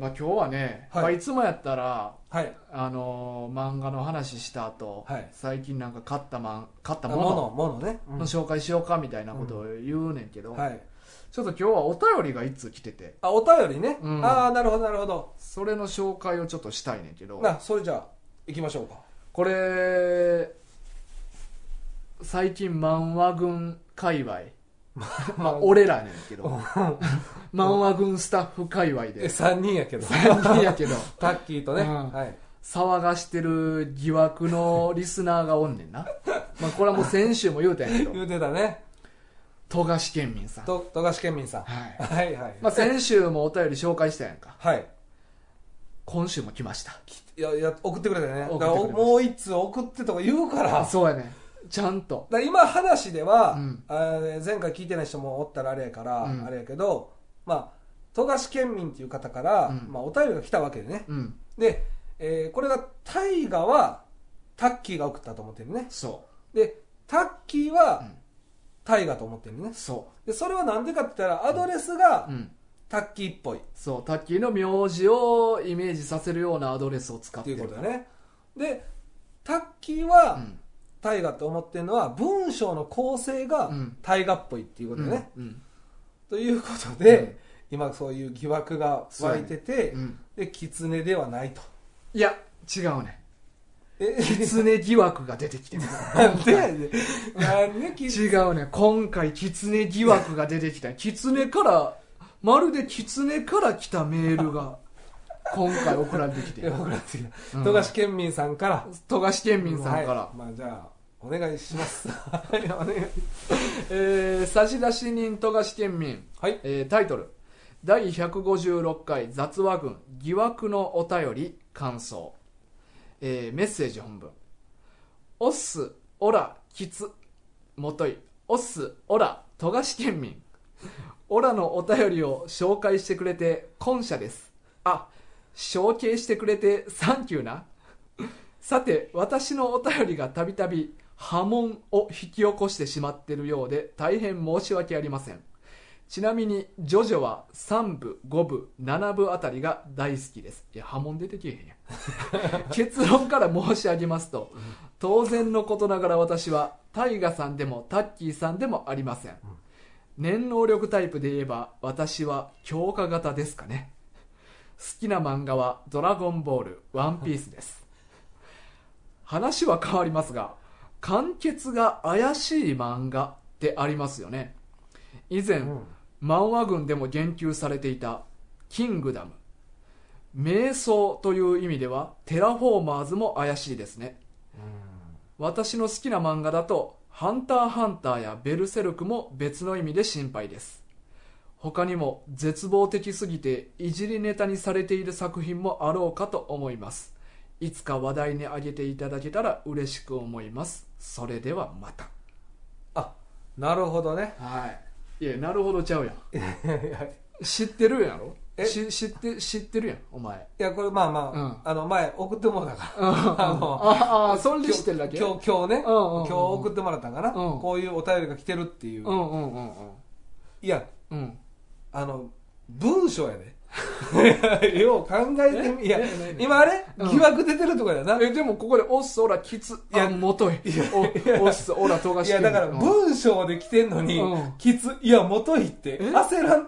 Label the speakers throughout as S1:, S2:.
S1: あ今日はね、
S2: はい
S1: まあ、いつもやったら
S2: はい
S1: あのー漫画の話した後、
S2: はい
S1: 最近なんか買ったまん買った
S2: あ
S1: も
S2: もの
S1: の
S2: ものね、うん
S1: の紹介しようかみたいなことを言うねんけど、
S2: はい
S1: ちょっと今日はお便りが一通来てて
S2: あお便りね、
S1: うん
S2: ああなるほどなるほど
S1: それの紹介をちょっとしたいねんけど
S2: なそれじゃあ行きましょうか
S1: これ最近漫画軍界隈 まあ俺らねんけど 漫画軍スタッフ界隈
S2: え
S1: で
S2: 3人やけど
S1: 3人やけど
S2: タッキーとね、
S1: うん
S2: はい
S1: 騒がしてる疑惑のリスナーがおんねん なまあこれはもう先週も言うたんやけど
S2: 言うてたね
S1: 富樫県民さん、は
S2: と富樫県民さん、
S1: い
S2: はいはい
S1: まあ、先週もお便り紹介したやんか
S2: はい
S1: 今週も来ました
S2: いやいや送ってくれたよねだ
S1: 送ってくれまし
S2: か
S1: た
S2: らおもう一通送ってとか言うから
S1: そうやねちゃんと
S2: だから今話では、
S1: うん
S2: あー前回聞いてない人もおったらあれやから、
S1: うん
S2: あれやけどまあ富樫県民っていう方から、
S1: うん
S2: まあ、お便りが来たわけでね
S1: うん
S2: で、えーこれが大河はタッキーが送ったと思ってるね
S1: そ
S2: でタッキー
S1: う
S2: は
S1: ん
S2: 大河と思ってるね
S1: うそ
S2: でそれはなんでかって言ったらアドレスが
S1: ううん
S2: タッキーっぽいっ
S1: そうタッキーの名字をイメージさせるようなアドレスを使ってて
S2: い
S1: る
S2: うことだ
S1: ね、
S2: ねでタッキー
S1: う
S2: は
S1: ん
S2: 大河と思ってるのは文章の構成が
S1: うん
S2: 大河っぽいっていうことだね、
S1: うん
S2: ということで、今そういう疑惑が湧いてて、
S1: うんうん
S2: で狐ではないと
S1: いや違う ね
S2: え
S1: 狐疑惑が出てきてる
S2: なんでやねんなんで狐
S1: 違うね今回狐疑惑が出てきた狐からまるで狐から来たメールが今回送られてきて
S2: いや
S1: る
S2: 僕らっていう
S1: う
S2: 富
S1: ん
S2: 樫県民さんから
S1: 富樫県民さんから、
S2: はいまあじゃあお願いしますはいお願い
S1: えー差出人富樫県民、
S2: はい
S1: えータイトル第156回雑話群疑惑のお便り感想、えーメッセージ本文オッスオラキツもといオッスオラ富樫県民オラのお便りを紹介してくれて感謝ですあ承継してくれてサンキューなさて私のお便りがたびたび波紋を引き起こしてしまっているようで大変申し訳ありませんちなみにジョジョは3部5部7部あたりが大好きですいや波紋出てけえへんやん結論から申し上げますと当然のことながら私はタイガさんでもタッキーさんでもありません念能力タイプで言えば私は強化型ですかね好きな漫画は「ドラゴンボール」「ワンピースです話は変わりますが完結が怪しい漫画ってありますよね以前、
S2: うん
S1: 漫画群でも言及されていた「キングダム」瞑想という意味ではテラフォーマーズも怪しいですね私の好きな漫画だと「ハンターハンター」や「ベルセルク」も別の意味で心配です他にも絶望的すぎていじりネタにされている作品もあろうかと思いますいつか話題に上げていただけたら嬉しく思いますそれではまた
S2: あなるほどね
S1: はいいやなるほどちゃうやん
S2: いや
S1: 知ってるやろ
S2: え
S1: し知って知ってるやんお前
S2: これまあまあ、
S1: うん
S2: あの前送ってもらったからあの
S1: ああそれで知ってるだけ
S2: 今日今日ね、
S1: うんうんうんうん
S2: 今日送ってもらったんかな、
S1: うん
S2: こういうお便りが来てるっていう、
S1: うんうんうんうん
S2: いや
S1: うん
S2: あの文章やでよう考えてみいや
S1: えええ
S2: 今あれ
S1: うん
S2: 疑惑出てるとこやな、
S1: えでもここで「おっすおらきつ」
S2: いや
S1: あもといおおっすおらとが
S2: い
S1: し
S2: やだから
S1: うん
S2: 文章で来てんのに、
S1: うん
S2: きついや元いって
S1: え
S2: 焦らん焦っ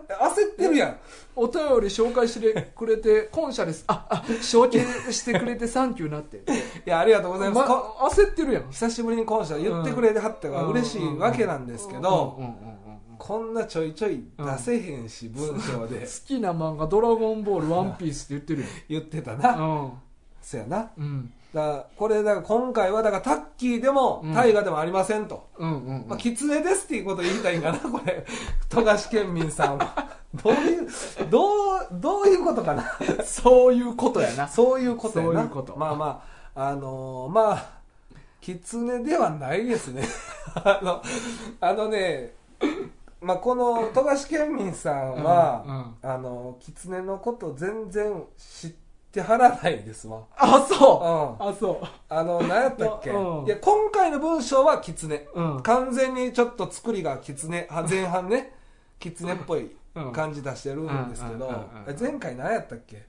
S2: てるやん
S1: お便り紹介してくれて感謝ですああ承継してくれてサンキューなって
S2: いやありがとうございます、
S1: ま
S2: こ
S1: 焦ってるやん
S2: 久しぶりに感謝言ってくれてはったから嬉しいわけなんですけど、
S1: うんうんうんうん
S2: こんなちょいちょい出せへんし、文章で
S1: 好きな漫画「ドラゴンボール」「ワンピース」って言ってる
S2: 言ってた
S1: や
S2: な、
S1: ん
S2: そやなだか
S1: うん
S2: らこれだから今回はだからタッキーでも
S1: うん
S2: 大河でもありませんと、
S1: うんうんうん
S2: まあ、キツネですっていうことを言いたいんかなこれ 富樫県民さんはどういうどうどういうことかな
S1: そういうことやな
S2: そういうことやな
S1: そういうこと
S2: まあまああのーまあ狐ではないですねあのあのねまあこの富樫県民さんは、あの狐のこと全然知ってはらないですわ
S1: あそう
S2: うん
S1: あそ
S2: あの何やったっけ、
S1: うん
S2: いや今回の文章は狐、
S1: ううん
S2: 完全にちょっと作りが狐 あ前半ね狐っぽい感じ出してるんですけど、
S1: うんうんうんうんうん
S2: え前回何やったっけ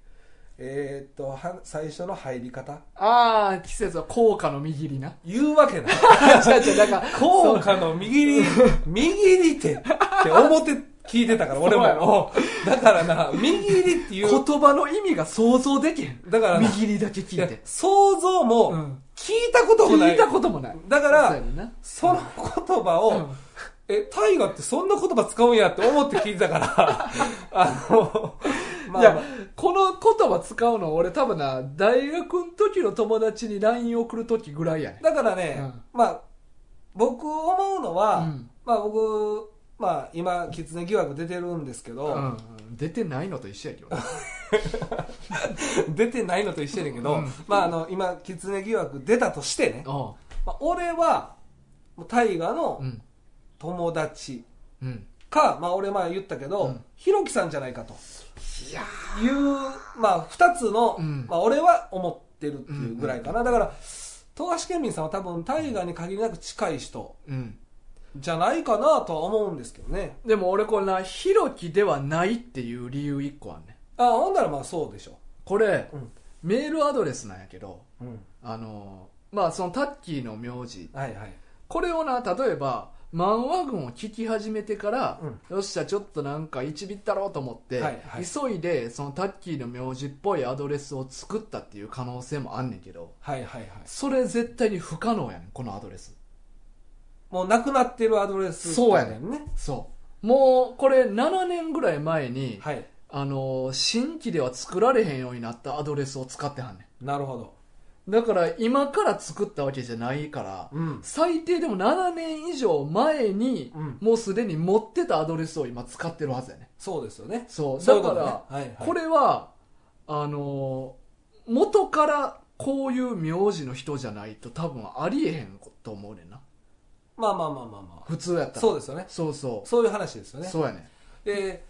S2: えーっとは最初の入り方
S1: ああ、季節は効果の見切り な。
S2: 言う わけない
S1: 違う違う、だから、
S2: 効果の右 に右にってって思って聞いてたから俺
S1: そうやろ
S2: もおだからな右にっていう
S1: 言葉の意味が想像できへん。
S2: だから
S1: 見
S2: な
S1: 切りだけ聞い
S2: いや
S1: て。
S2: 想像も
S1: うん
S2: 聞いたこともな
S1: 聞
S2: い
S1: いたこともない。
S2: だか
S1: そう
S2: ら
S1: やねんな
S2: その言葉を、
S1: うん
S2: え、大河ってそんな言葉使うんやって思って聞いて たから、あの、まあ、
S1: いや、この言葉使うの俺多分な、大学の時の友達に LINE 送る時ぐらいやねん。
S2: だからね、
S1: うん
S2: まあ、僕思うのは、
S1: うん
S2: まあ僕、まあ今、狐疑惑出てるんですけど、
S1: うん、出てないのと一緒やけどな。
S2: 出てないのと一緒やねんけど、
S1: うん
S2: まああの、今、狐疑惑出たとしてね、
S1: おう
S2: まあ、俺は、大河の
S1: うん。
S2: 友達
S1: うん。
S2: か、まあ俺前言ったけ
S1: う
S2: ど
S1: ん、
S2: ひろきさんじゃないかと
S1: いや
S2: いう、まあ二つの、
S1: うん
S2: まあ俺は思ってるっていうぐらいかな。だから、東樫県民さんは多分大河に限りなく近い人
S1: うん。
S2: じゃないかなとは思うんですけどね。
S1: でも俺これな、ひろきではないっていう理由一個あんねん。
S2: あ、ほんならまあそうでしょ。
S1: これ、
S2: うん
S1: メールアドレスなんやけど、
S2: うん。
S1: あのーまあそのタッキーの名字
S2: はいはい。
S1: これをな例えば漫画群を聞き始めてから、よっしゃちょっとなんか一ビったろうと思って、
S2: はいはい
S1: 急いでそのタッキーの名字っぽいアドレスを作ったっていう可能性もあんねんけど
S2: はいはいはい。
S1: それ絶対に不可能やねんこのアドレス
S2: もうなくなってるアドレス、
S1: そうやね
S2: んね。
S1: そうもうこれ7年ぐらい前に、
S2: はい。
S1: あのー新規では作られへんようになったアドレスを使ってはんね
S2: なるほど。
S1: んだから今から作ったわけじゃないから、
S2: うん。
S1: 最低でも7年以上前に、
S2: うん
S1: もうすでに持ってたアドレスを今使ってるはずやね
S2: そうですよね。
S1: そう
S2: そうい
S1: だ
S2: う
S1: か
S2: こと
S1: ら
S2: ねはいはい
S1: これはあのー元からこういう名字の人じゃないと多分ありえへんと思うねんな
S2: まあまあまあまあま
S1: 普通やっ
S2: あ。
S1: たら
S2: そうですよね。
S1: そうそ
S2: そういう話ですよ
S1: う
S2: ね。
S1: そうやね
S2: で、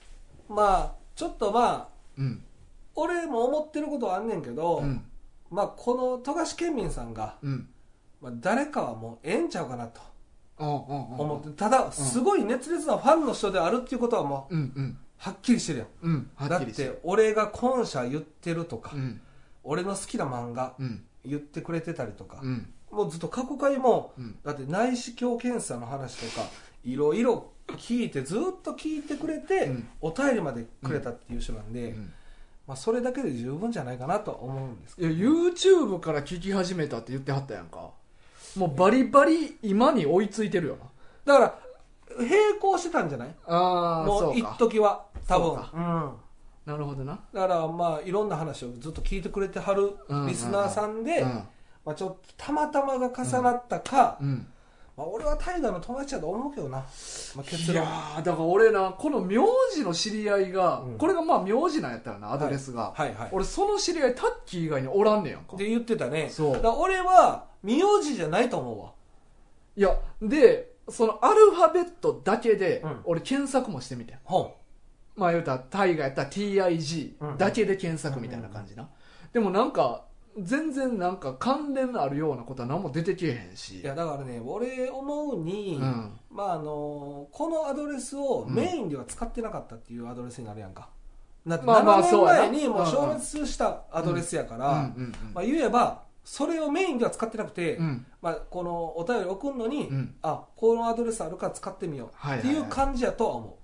S2: まあ、ちょっとまあ、
S1: うん
S2: 俺も思ってることはあんねんけど、
S1: うん
S2: まあ、この富樫県民さんが、
S1: うん
S2: まあ、誰かはもうええんちゃうかなと
S1: うんうんうん
S2: 思って、ただすごい熱烈なファンの人であるっていうことはもう
S1: うんうん
S2: はっきりしてるやん
S1: うんは
S2: だ
S1: っ
S2: っ
S1: きりして
S2: て
S1: る
S2: 俺が今社言ってるとか、
S1: うん
S2: 俺の好きな漫画
S1: うん
S2: 言ってくれてたりとか
S1: う、ん
S2: もうずっと過去回も
S1: うん
S2: だって内視鏡検査の話とかいろいろ聞いてずっと聞いてくれて、
S1: うん
S2: お便りまでくれたっていう人なんで、
S1: うん
S2: まあ、それだけで十分じゃないかなとは思うんです
S1: い
S2: け
S1: や
S2: ど
S1: YouTube から聞き始めたって言ってはったやんかもうバリバリ今に追いついてるよな
S2: だから並行してたんじゃない
S1: ああ
S2: も
S1: そうう
S2: 一
S1: か
S2: 時は多分
S1: そううか
S2: ん
S1: なるほどな
S2: だからまあいろんな話をずっと聞いてくれてはる
S1: うんうんうん
S2: リスナーさんで、
S1: うん
S2: まあ、ちょっとたまたまが重なったか、
S1: うん
S2: まあ、俺は大河の友達だと思うけどな、まあ、結
S1: いや
S2: 論
S1: ーだから俺なこの名字の知り合いが、
S2: うん
S1: これがまあ名字なんやったらなアドレスが、
S2: はいはい
S1: 俺その知り合いタッキー以外におらんねやんか
S2: で言ってたね
S1: そう
S2: だから俺は名字じゃないと思うわ
S1: いやでそのアルファベットだけで、
S2: うん
S1: 俺検索もしてみてん
S2: 本
S1: まあ言うたらタイガやったら TIG だけで検索みたいな感じな、でもなんか全然なんか関連あるようなことは何も出てけえへんし
S2: いやだからね俺思うに、
S1: うん
S2: まああのこのアドレスをメインでは使ってなかったっていうアドレスになるやんか、だって
S1: まあまあ
S2: 7年
S1: そうやな
S2: 前にもう消滅したアドレスやから、
S1: うんうんうん
S2: まあ、言えばそれをメインでは使ってなくて、
S1: うん
S2: まあ、このお便り送るのに、
S1: うん
S2: あこのアドレスあるから使ってみよう
S1: はい
S2: っ
S1: はいは
S2: て
S1: い
S2: いう感じやとは思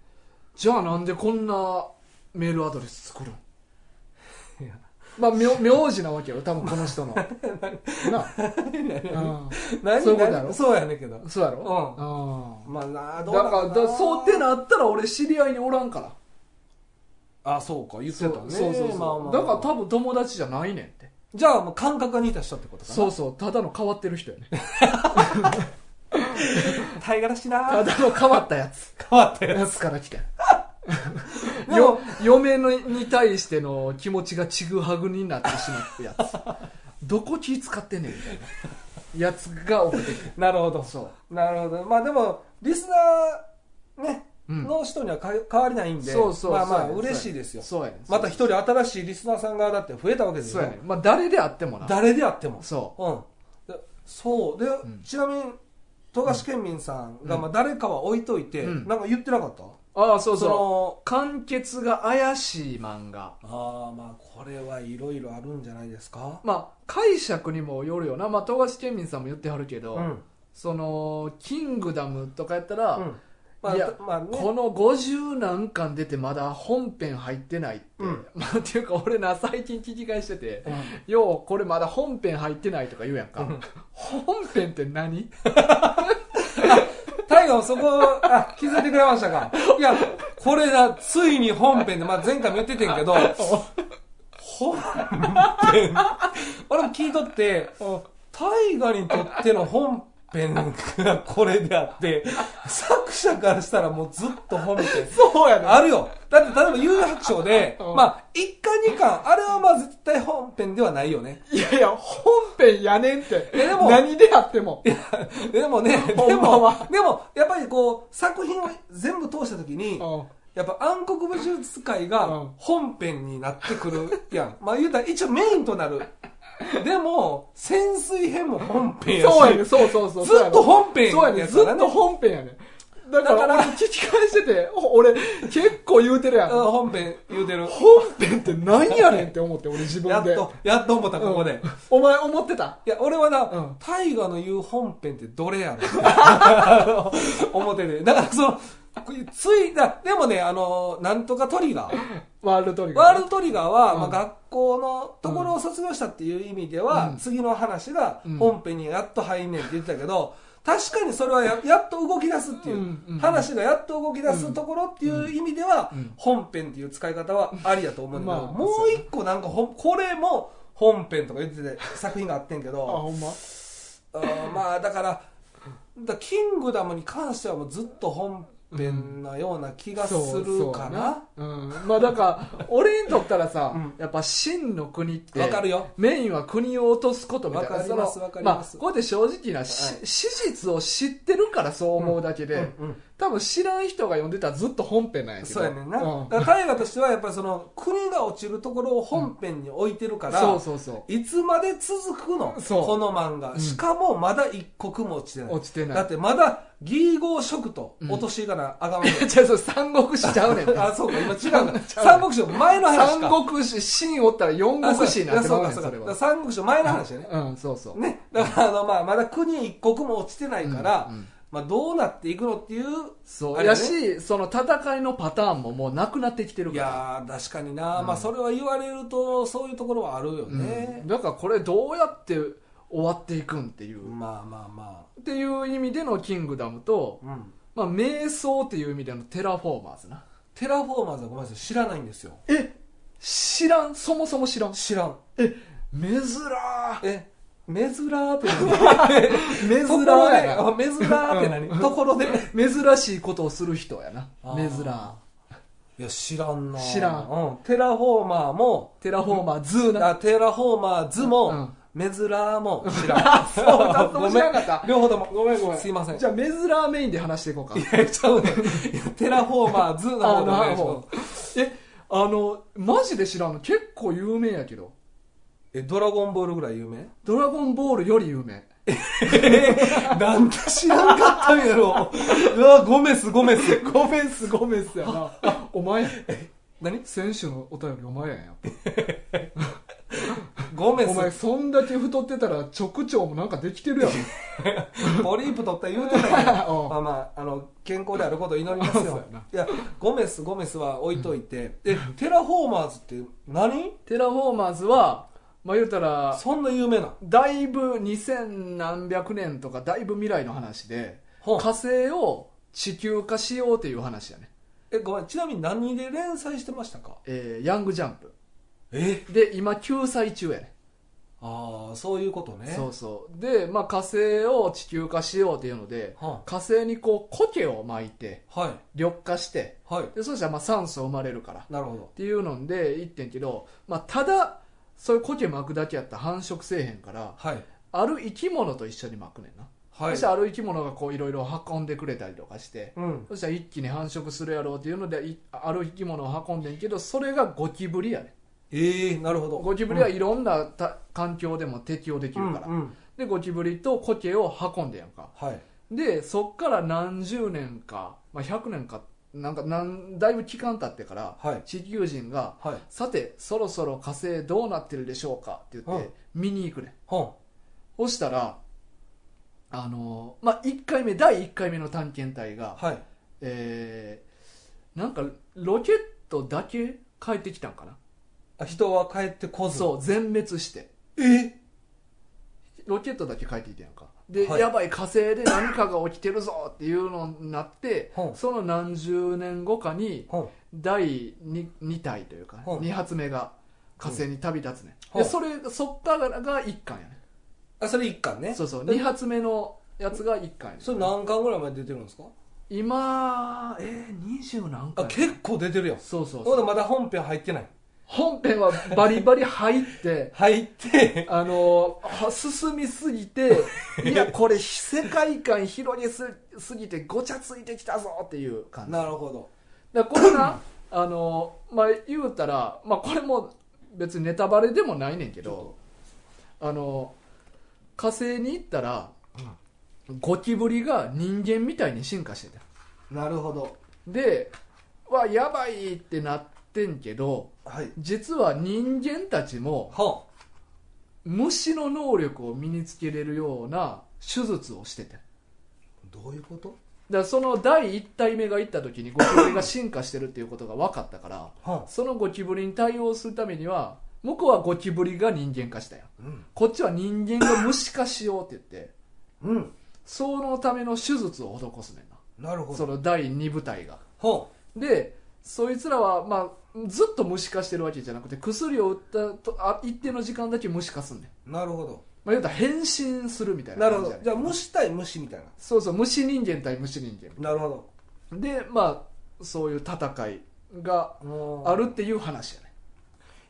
S1: じゃあなんでこんなメールアドレス作るん
S2: い や
S1: まあ名名字なわけよ多分この人 のな
S2: う、
S1: あ、
S2: 何
S1: そういうことやろ
S2: 何そうやねんけど
S1: うん、そうやろ
S2: まあなあ
S1: うん
S2: ど
S1: だ
S2: うな
S1: か
S2: の
S1: ら
S2: な
S1: だそうってなったら俺知り合いにおらんから
S2: あそうか言ってたね
S1: そうそうそう、
S2: まあまあ、
S1: だから多分友達じゃないねんって
S2: じゃあもう感覚が似た人ってことかな
S1: そうそうただの変わってる人やね
S2: 大柄しいな
S1: ただの変わったやつ
S2: 変わったよ
S1: やつから 来て
S2: でも
S1: よ嫁のに対しての気持ちがちぐはぐになってしまったや つどこ気使ってんねんみたいなやつが送ってきて
S2: なるほど
S1: そう
S2: なるほどまあでもリスナーね、
S1: うん
S2: の人にはか変わりないんで
S1: そうそう
S2: まあまあ
S1: そうやね
S2: 嬉しいですよ
S1: そうやねん
S2: また一人新しいリスナーさんがだって増えたわけです
S1: そ
S2: よ
S1: うやねんまあ誰であってもな
S2: 誰であっても
S1: そう
S2: うんでそうで、
S1: ん
S2: ちなみに富樫県民さんが、
S1: うん
S2: まあ、誰かは置いといて、
S1: うん
S2: なんか言ってなかった
S1: ああそう
S2: そ
S1: そう
S2: の
S1: 完結が怪しい漫画
S2: ああまあこれはいろいろあるんじゃないですか
S1: まあ解釈にもよるよなまあ富樫県民さんも言ってはるけど、
S2: うん、
S1: そのキングダムとかやったら、
S2: うんまあ
S1: いや
S2: まあね
S1: この50何巻出てまだ本編入ってないって、
S2: うん
S1: まあっていうか俺な最近聞き返してて
S2: うん
S1: ようこれまだ本編入ってないとか言うやんか、
S2: うん
S1: 本編って何
S2: 大河もそこ、あ、気づいてくれましたか。いや、これだ、ついに本編で、まあ、前回も言っててんけど、本編 俺も聞いとって、大河にとっての本編がこれであって、作者からしたらもうずっと本編。
S1: そうや
S2: あるよ。だって、例えば、有楽町で、
S1: うん
S2: まあ、1巻2巻、あれはまあ、絶対本編ではないよね。
S1: いやいや本編やねんって
S2: やでも
S1: 何であっても
S2: でもね、でも
S1: ほんまは、
S2: でも、やっぱりこう、作品を全部通したときに、
S1: うん
S2: やっぱ暗黒武術界
S1: うん
S2: が本編になってくるやん。 まあ言うたら一応メインとなる。でも、潜水編も本編やし。
S1: そうやねんそうそうそう
S2: ずっと本編
S1: そうやねん
S2: や
S1: ず
S2: か
S1: っ
S2: らね
S1: と本編やねんだか
S2: だから
S1: 俺
S2: ら
S1: 聞き返しててお俺結構言うてるやん
S2: うん本編言うてる。
S1: 本編って何やねんって思って俺自
S2: や
S1: 分で
S2: っと、やっと思った、ここ
S1: うん
S2: で。
S1: お前思ってた
S2: いや、俺は
S1: うん
S2: な、大河の言う本編ってどれやろ 思ってて。だからその、つい、だでもね、あの、なんとかトリガー。
S1: ワールドトリガー
S2: ワ
S1: ね
S2: ールドトリガーは、ま
S1: う
S2: あ、
S1: ん
S2: 学校のところを卒業したっていう意味では、
S1: うん
S2: 次の話が
S1: うん
S2: 本編にやっと入んねんって言ってたけど、確かにそれはや やっと動き出すっていう、
S1: うんうん
S2: 話がやっと動き出すところっていう意味では、
S1: うん
S2: 本編っていう使い方はありやと思うんだけど、
S1: まあ
S2: もう一個なんかほんこれも本編とか言ってて作品があってんけ
S1: あ
S2: ど
S1: ほんま
S2: あーまあだからだからキングダムに関してはもうずっと本編なような気がするかな。わ、
S1: そうそうやなうん、まあだから俺にとったらさ、
S2: うん
S1: やっぱ真の国って
S2: かるよ。
S1: メインは国を落とすことみたいな
S2: わかります
S1: その
S2: わかります
S1: あ、こうやって正直なし、
S2: は
S1: 史実を知ってるからそう思うだけで、
S2: うんうん
S1: 多分知らん人が読んでたらずっと本編なんやけど
S2: そうやねんな、
S1: うん
S2: だから大河としてはやっぱりその国が落ちるところを本編に置いてるから、
S1: そうそうそ
S2: いつまで続くの
S1: そう
S2: この漫画、
S1: うん
S2: しかもまだ一刻も落ちてな
S1: う
S2: い
S1: 落ちてな
S2: だ
S1: い
S2: ってまだ義合色と落としていかなあか んわけ、
S1: じゃあそれ三国志ちゃうねん
S2: あそうか今違 うか三国志の前の話か
S1: 三国志秦おったら四
S2: あそう
S1: 国志になってまうねん
S2: いやそうかそ
S1: それ
S2: うかだから
S1: は
S2: 三国志の前の話やね、
S1: うんそうそう、
S2: ねだからあの、まあ、まだ国一刻も落ちてないから、
S1: うんうん
S2: まあ、どうなっていくのっていう
S1: そう、
S2: あれ
S1: や
S2: ね
S1: しその戦いのパターンももうなくなってきてる
S2: い
S1: から
S2: やー確かにな、
S1: うん
S2: まあそれは言われるとそういうところはあるよね
S1: うん、、だからこれどうやって終わっていくんっていう、っ
S2: まあまあま
S1: ていう意味での「キングダムと」
S2: あ、うん、
S1: まあ、瞑想っていう意味での「テラフォーマーズな」
S2: テラフォーマーズはごめんなさい知らないんですよ
S1: え知らんそもそも知らん
S2: 知らん
S1: 珍 ー
S2: えメズラーって
S1: 珍
S2: 何 ところで
S1: や
S2: あメズラーって何ところで
S1: な珍しいことをする人やな
S2: あー
S1: 珍ー
S2: いや知らんな
S1: 知らん
S2: うん、テラフォーマーも
S1: テラフォーマーズーな
S2: あテラフォーマーズも、
S1: うん
S2: メズラーも 知らんそう
S1: 二つとも知らんかった
S2: 両方ともごめんご
S1: めん
S2: すいませ ん
S1: じゃあ珍ーメインで話していこうか
S2: いやちゃうねいやテラフォーマーズの方でお願いし
S1: あなるほ
S2: ま
S1: ど
S2: す
S1: えあのマジで知らんの結構有名やけど
S2: えドラゴンボールぐらい有名
S1: 「ドラゴンボール」より有名
S2: なんで知らんかったんやろうわゴメスゴメ ス
S1: ごめんすごめんすやな あお前
S2: 何
S1: 選手のお便りお前やんやっぱ
S2: ゴメ
S1: お
S2: ス
S1: 前そんだけ太ってたら直腸もなんかできて るやん
S2: ポリープ取った言うてた やん
S1: うん
S2: まあまああの健康であることを祈ります
S1: そうや
S2: よいやゴメスゴメスは置いといて、えテラフォーマーズって何
S1: テラフォーマーズはまあ言うたら
S2: そんな有名な
S1: だいぶ2000何百年とかだいぶ未来の話で
S2: ほう
S1: 火星を地球化しようっていう話やね、
S2: えごめんちなみに何で連載してましたか
S1: えーヤングジャンプ
S2: え
S1: で今救済中やね
S2: ああそういうことね
S1: そうそうで、まあ、火星を地球化しようっていうので
S2: は
S1: 火星にこう苔を巻いて
S2: あはい
S1: 緑化して
S2: はい
S1: でそしたらまあ酸素生まれるから
S2: なるほど
S1: っていうので言ってんけど、まあ、ただそういう苔巻くだけやったら繁殖せえへんから
S2: はい
S1: ある生き物と一緒に巻くねんな、
S2: はい
S1: そしたらある生き物がこういろいろ運んでくれたりとかして、
S2: うん
S1: そしたら一気に繁殖するやろうっていうのでいある生き物を運んでんけどそれがゴキブリやね
S2: ええなるほど
S1: ゴキブリはいろんなた、環境でも適応できるから、
S2: うんうん
S1: でゴキブリと苔を運んでやんか
S2: はい
S1: でそっから何十年か、まあ、100年かなんかなんだいぶ期間経ってから、
S2: はい
S1: 地球人が
S2: はい
S1: 「さてそろそろ火星どうなってるでしょうか」って言って、見に行くねん
S2: ほ
S1: そしたらあのーまあ1回目第1回目の探検隊
S2: ん
S1: が、
S2: はい
S1: えーなんかロケットだけ帰ってきたんかな、
S2: あ人は帰ってこず
S1: そう全滅して
S2: え
S1: ロケットだけ帰ってきてんやんかで、
S2: はい
S1: やばい火星で何かが起きてるぞっていうのになって
S2: ほう
S1: その何十年後かに
S2: ほん
S1: 第 2, 二体というか、
S2: ほう
S1: 二2発目が火星に旅立つね、
S2: ほう
S1: でそれそっからが1巻やね
S2: あそれ一巻ね
S1: そうそう
S2: で
S1: 2発目のやつが1巻やね
S2: それ何巻ぐらいまで出てるんですか
S1: 今えー、20何
S2: あ
S1: 巻
S2: 結構出てるやん
S1: そうそう
S2: ほ
S1: そう
S2: んでまだ本編入ってない
S1: 本編はバリバリ入って
S2: 入って
S1: あのは進みすぎ ていやこれ世界観広げすすぎてごちゃついてきたぞっていう感じ
S2: なるほど
S1: だからこれなあのまあ言うたら、まあ、これも別にネタバレでもないねんけどあの火星に行ったら、ゴキブリが人間みたいに進化してた
S2: なるほど
S1: でわやばいってなってんけど
S2: はい
S1: 実は人間たちも
S2: は
S1: 虫の能力を身につけれるような手術をしててだか
S2: あどういうこと
S1: らその第1体目が行った時にゴキブリが進化してるっていうことが分かったから
S2: は
S1: そのゴキブリに対応するためには向こうはゴキブリが人間化したよ
S2: うん
S1: こっちは人間が虫化しようって言って
S2: うん
S1: そのための手術を施すねんな
S2: なるほ
S1: そ
S2: ど
S1: の第2部隊が
S2: は
S1: でそいつらは、まあ、ずっと虫化してるわけじゃなくて薬を打ったとあ一定の時間だけ虫化すんねん、
S2: あなるほど
S1: まあ、言うたら変身するみたいな
S2: なる
S1: 感じ
S2: ほど
S1: やねん
S2: じゃあ虫対虫みたいな
S1: そうそう虫人間対虫人間
S2: なるほ
S1: でまあそういう戦いが
S2: ど
S1: あるっていう話やね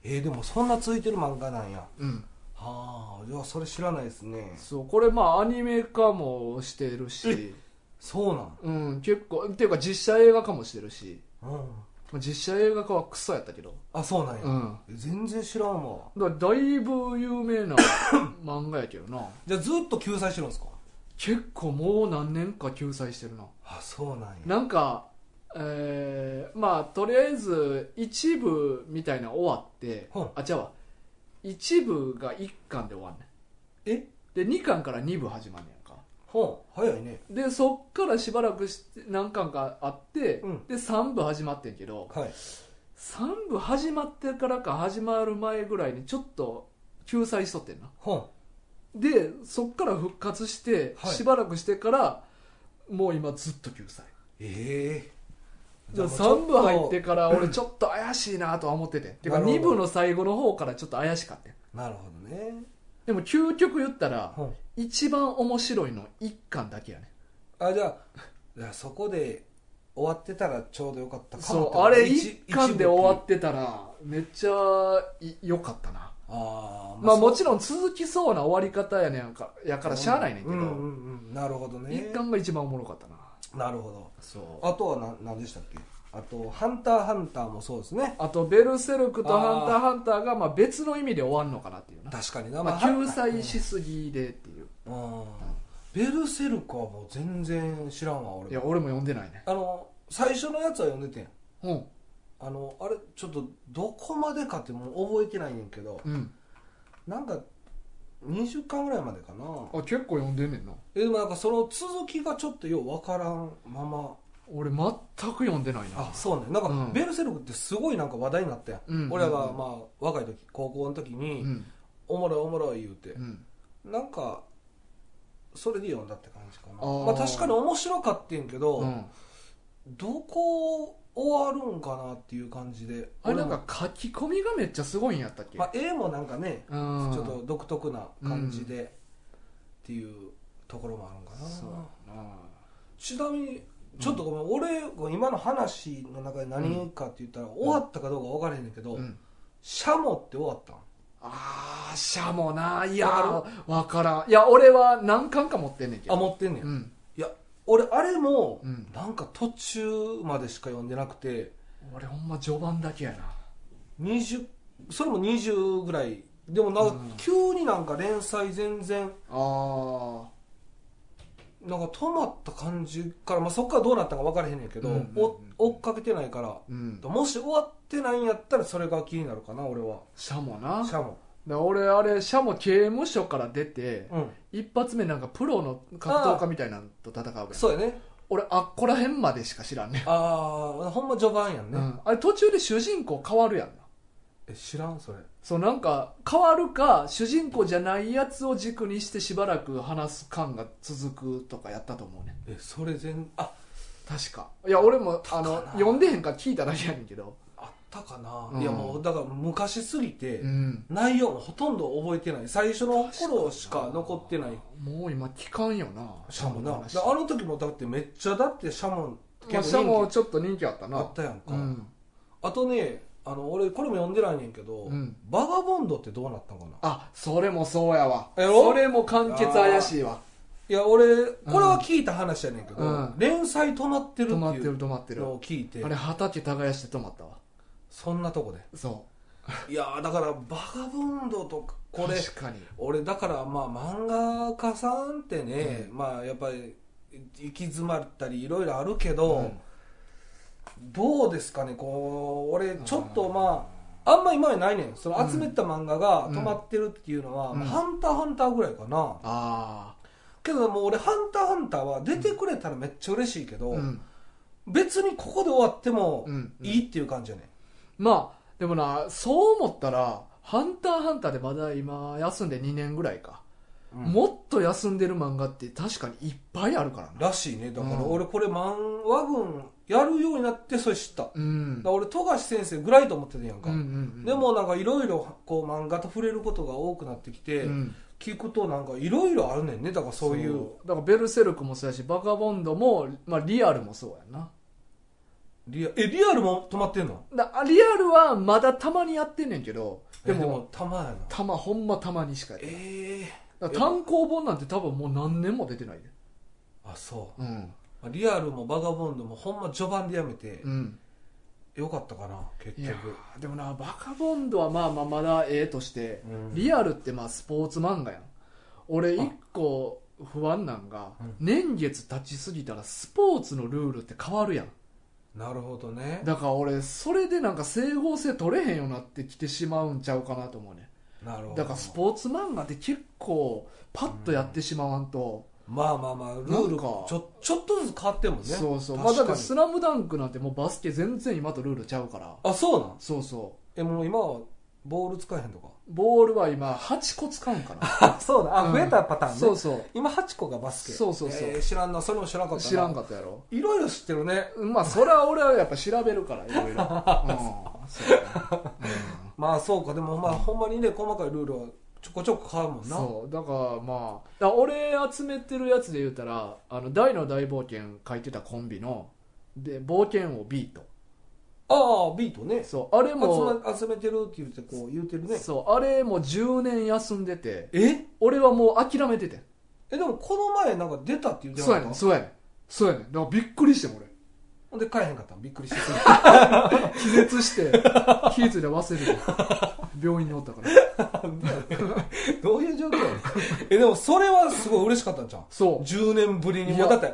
S2: えー、でもそんなついてる漫画なんや
S1: うん
S2: はあいやそれ知らないですね
S1: そうこれまあアニメ化もしてるし、
S2: そうなん
S1: うん、結構っていうか実写映画化もしてるし
S2: うん
S1: まあ実写映画化はクソやったけど
S2: あそうなんや、
S1: うん
S2: 全然知らんわ
S1: だからだいぶ有名な漫画やけどな
S2: じゃあずっと救済してるんですか
S1: 結構もう何年か救済してるな
S2: あそうなんや
S1: なんかえーまあとりあえず一部みたいなの終わって、
S2: うん
S1: あ違うわ一部が1巻で終わんね
S2: え
S1: んで2巻から2部始まんねんか
S2: ほう早いね
S1: でそっからしばらくして何巻かあって、
S2: うん
S1: で3部始まってんけど
S2: はい
S1: 3部始まってからか始まる前ぐらいにちょっと救済しとってんな
S2: ほ
S1: でそっから復活して、
S2: はい
S1: しばらくしてからもう今ずっと救済
S2: うええ
S1: だから3部入ってから俺ちょっと怪しいなとは思ってててか
S2: なるほど
S1: 2部の最後の方からちょっと怪しかったよ
S2: なるほどね
S1: でも究極言ったら
S2: ほう
S1: 一番面白いの1巻だけやね
S2: あじゃあじゃあそこで終わってたらちょうどよかったかも
S1: そうあれ
S2: 一
S1: 1巻で終わ
S2: 一部
S1: ってたらめっちゃい良かったな
S2: あー
S1: まあも
S2: ろ
S1: ちろん続きそうな終わり方やねんかやからしゃあないねんけど、
S2: うんうんうんなるほどね
S1: 一巻が一番おもろかったな
S2: なるほど
S1: そう
S2: あとはな何でしたっけあと「ハンターハンター」もそうですね
S1: あと「ベルセルク」と「
S2: あー
S1: ハンターハンター」がまあ別の意味で終わんのかなっていうな、
S2: 確かにな、
S1: まあ、
S2: ハン
S1: 救済しすぎでっていう
S2: うんベルセルクはもう全然知らんわ
S1: い
S2: 俺
S1: や
S2: も
S1: 俺も読んでないね
S2: あの最初のやつは読んでてん
S1: うん
S2: あのあれちょっとどこまでかってもう覚えてないねんけど
S1: うん
S2: なんか20巻ぐらいまでかな
S1: あ結構読んでんねんな
S2: えでもなんかその続きがちょっとようわからんまま
S1: 俺全く読んでないな
S2: あそうねなんか、
S1: うん
S2: ベルセルクってすごいなんか話題になったやん、
S1: うんうんうん
S2: 俺らがまあ若い時高校の時に、
S1: うん
S2: おもろいおもろい言うて
S1: う、ん
S2: なんかそれで読んだって感じかな
S1: あー
S2: まあ、確かに面白かってんけど、
S1: うん
S2: どこ終わるんかなっていう感じで
S1: あれなん
S2: 俺も
S1: か書き込みがめっちゃすごいんやったっけ、
S2: まあ、絵もなんかね、
S1: うん
S2: ちょっと独特な感じで、っていうところもあるんかな
S1: そうやな
S2: ちなみにちょっとごめん、俺が今の話の中で何かって言ったら、終わったかどうか分からへんねんけど、
S1: うん
S2: シャモって終わったん
S1: ああシャモないやわからんいや俺は何巻か持ってんねんけど
S2: あ持ってんねん、
S1: う
S2: い
S1: ん
S2: や俺あれも、
S1: うん
S2: なんか途中までしか読んでなくて
S1: 俺ほんま序盤だけやな
S2: 20それも20ぐらいでもな、
S1: うん
S2: 急になんか連載全然
S1: ああ
S2: なんか止まった感じから、まあ、そこからどうなったか分からへんねんけど、
S1: うんうんうん
S2: お追っかけてないから、
S1: うん
S2: もし終わってないんやったらそれが気になるかな俺は
S1: シャモな
S2: シャモ、
S1: だ俺あれシャモ刑務所から出て、
S2: うん、
S1: 一発目なんかプロの格闘家みたいなのと戦うわけ
S2: そうやね
S1: 俺あっこら辺までしか知らんね
S2: ああほんま序盤やん
S1: う
S2: ね、
S1: ん、あれ途中で主人公変わるやんな
S2: え知らんそれ
S1: そうなんか変わるか主人公じゃないやつを軸にしてしばらく話す感が続くとかやったと思うね
S2: えそれ全あ
S1: 確かいや俺もあ
S2: な
S1: の読んでへんから聞いただけやねんけど
S2: あったかな、
S1: うん
S2: いやもうだから昔すぎて、
S1: うん
S2: 内容もほとんど覚えてない最初の頃しか残ってない
S1: もう今聞かんよな
S2: シャモな
S1: の話
S2: だあの時もだってめっちゃだってシャモ
S1: まあ
S2: 結
S1: シ
S2: 構
S1: ャモ
S2: 人気
S1: ちょっと人気あったな
S2: あったやん
S1: う
S2: か、
S1: ん、
S2: あとねあの俺これも読んでないねんけど、
S1: うん
S2: バガボンドってどうなったんかな
S1: あそれもそうやわ
S2: やろ
S1: それも完結怪しいわ
S2: いや俺これは聞いた話やねんけど、
S1: うん
S2: 連載止まってるって
S1: 止まって
S2: い
S1: る
S2: う
S1: 止まってる
S2: のを聞いて
S1: あれ畑耕して止まったわ
S2: そんなとこで
S1: そ
S2: いやーだからバガボンドとか
S1: う
S2: これ
S1: 確かに
S2: 俺だからまあ漫画家さんってね、まあやっぱり行き詰まったりいろいろあるけど、
S1: うん
S2: どうですかねこう俺ちょっとまああんま今までないねんその集めた漫画が止まってるっていうのは「
S1: うん
S2: まあハンターハンター」ぐらいかな、
S1: あ
S2: けどもう俺「ハンターハンター」は出てくれたらめっちゃ嬉しいけ
S1: あ
S2: ど、
S1: うん
S2: 別にここで終わっても
S1: うん
S2: いいっていう感じやねん、
S1: まあでもなそう思ったら「ハンターハンター」でまだ今休んで2年ぐらいか、
S2: うん
S1: もっと休んでる漫画って確かにいっぱいあるからな
S2: らしいねだから
S1: うん
S2: 俺これ漫画群やるようになってそれ知った
S1: うん
S2: だから俺富樫先生ぐらいと思ってたやんか、
S1: うんうんうん
S2: でもなんかいろいろこう漫画と触れることが多くなってきて、
S1: うん
S2: 聞くとなんかいろいろあるねんねだからそういう
S1: そうだから「ベルセルク」もそうやし「バカボンドも」まあ、リアルもそうやんな
S2: リアえリアルも止まってんの
S1: だあリアルはまだたまにやってんねんけどで
S2: えで
S1: も
S2: もたまやな
S1: たまほんまたまにしかやってない
S2: ええ
S1: だから単行本なんて多分もう何年も出てないで
S2: あそ
S1: うん、
S2: うリアルもバガボンドもほんま序盤でやめて、
S1: うん、
S2: よかったかな結
S1: いや
S2: 局
S1: ーでもなバカボンドはまあまあまだええとして、
S2: うん
S1: リアルってまあスポーツ漫画やん俺一個不安なんが、
S2: うん
S1: 年月経ちすぎたらスポーツのルールって変わるやん
S2: なるほどね
S1: だから俺それでなんか整合性取れへんようになってきてしまうんちゃうかなと思うね
S2: なるほど
S1: だからスポーツ漫画って結構パッとやってしまわんと、
S2: まあまあまあルー
S1: なん
S2: ル
S1: か
S2: ちょちょっとずつ変わってもね
S1: そうそうまあ
S2: 確
S1: だっ
S2: か
S1: て「
S2: に
S1: スラムダンクなんてもうバスケ全然今とルールちゃうから
S2: あそうなん
S1: そうそ
S2: えもう今はボール使えへんとか
S1: うボールは今8個使うんかな
S2: あそうだ
S1: うんそうそう
S2: 今8個がバスケ
S1: そうそうそう
S2: えー知らんなそれも知らんかったな
S1: 知らんかったやろ
S2: いろいろ知ってるね
S1: まあそれは俺はやっぱ調べるからいろ いろ、うんそう
S2: まあそうかでもまあほんまにね細かいルールはちょこちょこ変わるもんな
S1: そうだからまあだから俺集めてるやつで言うたら「あの大の大冒険」書いてたコンビので冒険王ビート
S2: ああビートね
S1: そうあれ
S2: 集
S1: も、
S2: め集めてるって言ってこう言うてるね
S1: そうあれも10年休んでて
S2: え
S1: 俺はもう諦めてて
S2: えでもこの前なんか出たって言って
S1: そう
S2: な
S1: やね
S2: かっ
S1: ん
S2: た
S1: そうやねんそうやねんだからびっくりしても俺
S2: ほんで帰へんかったのびっくりして
S1: 気絶して 気づいたら忘れてた病院におったから
S2: どういう状況やねんえでもそれはすごい嬉しかったんじゃん
S1: そう
S2: 10年ぶりに
S1: い
S2: も
S1: や
S2: うだって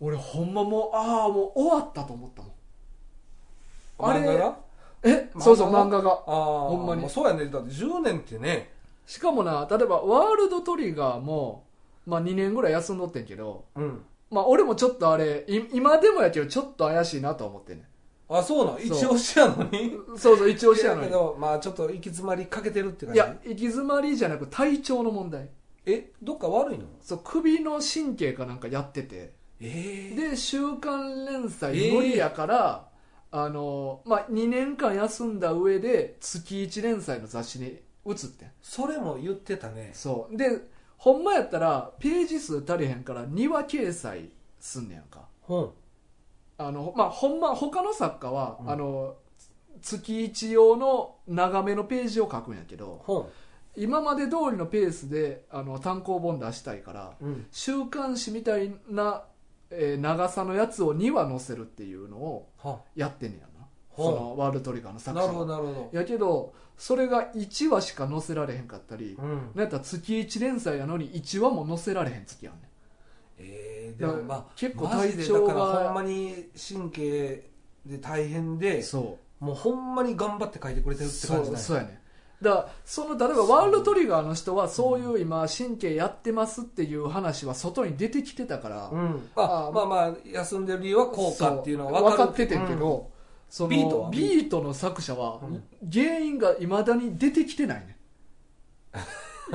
S1: 俺ほんまもうああもう終わったと思ったもんあれ
S2: 漫画が
S1: え
S2: 漫画が
S1: そうそう漫画が
S2: ああほ
S1: んまに
S2: そうやねだって10年ってね
S1: しかもな例えばワールドトリガーも、まあ、2年ぐらい休んどってんけど、
S2: うん
S1: まあ、俺もちょっとあれい今でもやけどちょっと怪しいなと思ってんね
S2: あそうなん一
S1: そう
S2: 押しやのに
S1: んそうそう一応しやの
S2: け
S1: に
S2: どまあちょっと行き詰まりかけてるって感
S1: い
S2: じ
S1: や行き詰まりじゃなく体調の問題
S2: えどっか悪いの
S1: そう首の神経かなんかやってて
S2: え
S1: で週刊連載
S2: えー
S1: 無理やから、あのまあ、2年間休んだ上で月1連載の雑誌に移ってん
S2: それも言ってたね
S1: そうでほんまやったらページ数足りへんから2話掲載すんねやんか
S2: うん
S1: あのまあほんま他の作家は、
S2: うん
S1: あの月1用の長めのページを書くんやけど
S2: ほ
S1: 今まで通りのペースであの単行本出したいから
S2: ううん
S1: 週刊誌みたいな、えー長さのやつを2話載せるっていうのを
S2: は
S1: やってんねやな
S2: ほう
S1: そのワールドトリガーの作
S2: なる
S1: 者
S2: ほど
S1: が
S2: なるほ
S1: やけどそれが1話しか載せられへんかったり、
S2: どうん
S1: なんやったら月1連載やのに1話も載せられへん月やんねん
S2: えええーでもまあ
S1: 結構
S2: マジで
S1: 体調が
S2: だからほんまに神経で大変で
S1: そう
S2: もうほんまに頑張って書いてくれてるって感じ
S1: そう
S2: なん
S1: そう
S2: や
S1: やねだからその例えばワールドトリガーの人はそういう今神経やってますっていう話は外に出てきてたから、
S2: うん、あ
S1: あ
S2: まあまあ休んでる理由は効果っていうのは
S1: 分
S2: 分
S1: か
S2: かる
S1: っててんけ
S2: うん
S1: ど、そのビ
S2: ビー
S1: ー
S2: トは
S1: トの作者は
S2: うん
S1: 原因がいまだに出てきて ないね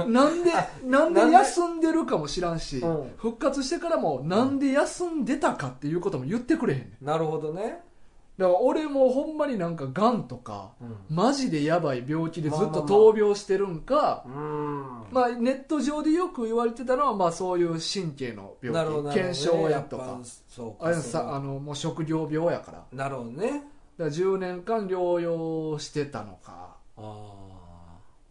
S1: なんでなんで
S2: なんで
S1: 休んでるかも知らんし、
S2: うん
S1: 復活してからもなんで休んでたかっていうことも言ってくれへんねん
S2: なるほどね、
S1: だから俺もほんまになんかがんとか
S2: うん
S1: マジでやばい病気でずっ
S2: まあまあ
S1: と
S2: まあ
S1: 闘病してるんか、
S2: うん
S1: まあ、ネット上でよく言われてたのは、まあ、そういう神経の
S2: なるほ
S1: 病
S2: どな
S1: 気
S2: るほど
S1: 腱鞘炎と
S2: やっ
S1: か
S2: ぱそう
S1: あれ
S2: か
S1: は
S2: そう
S1: さあ
S2: か
S1: のもう職業病やからだか
S2: なるほどね
S1: ら10年間療養してたのか
S2: あー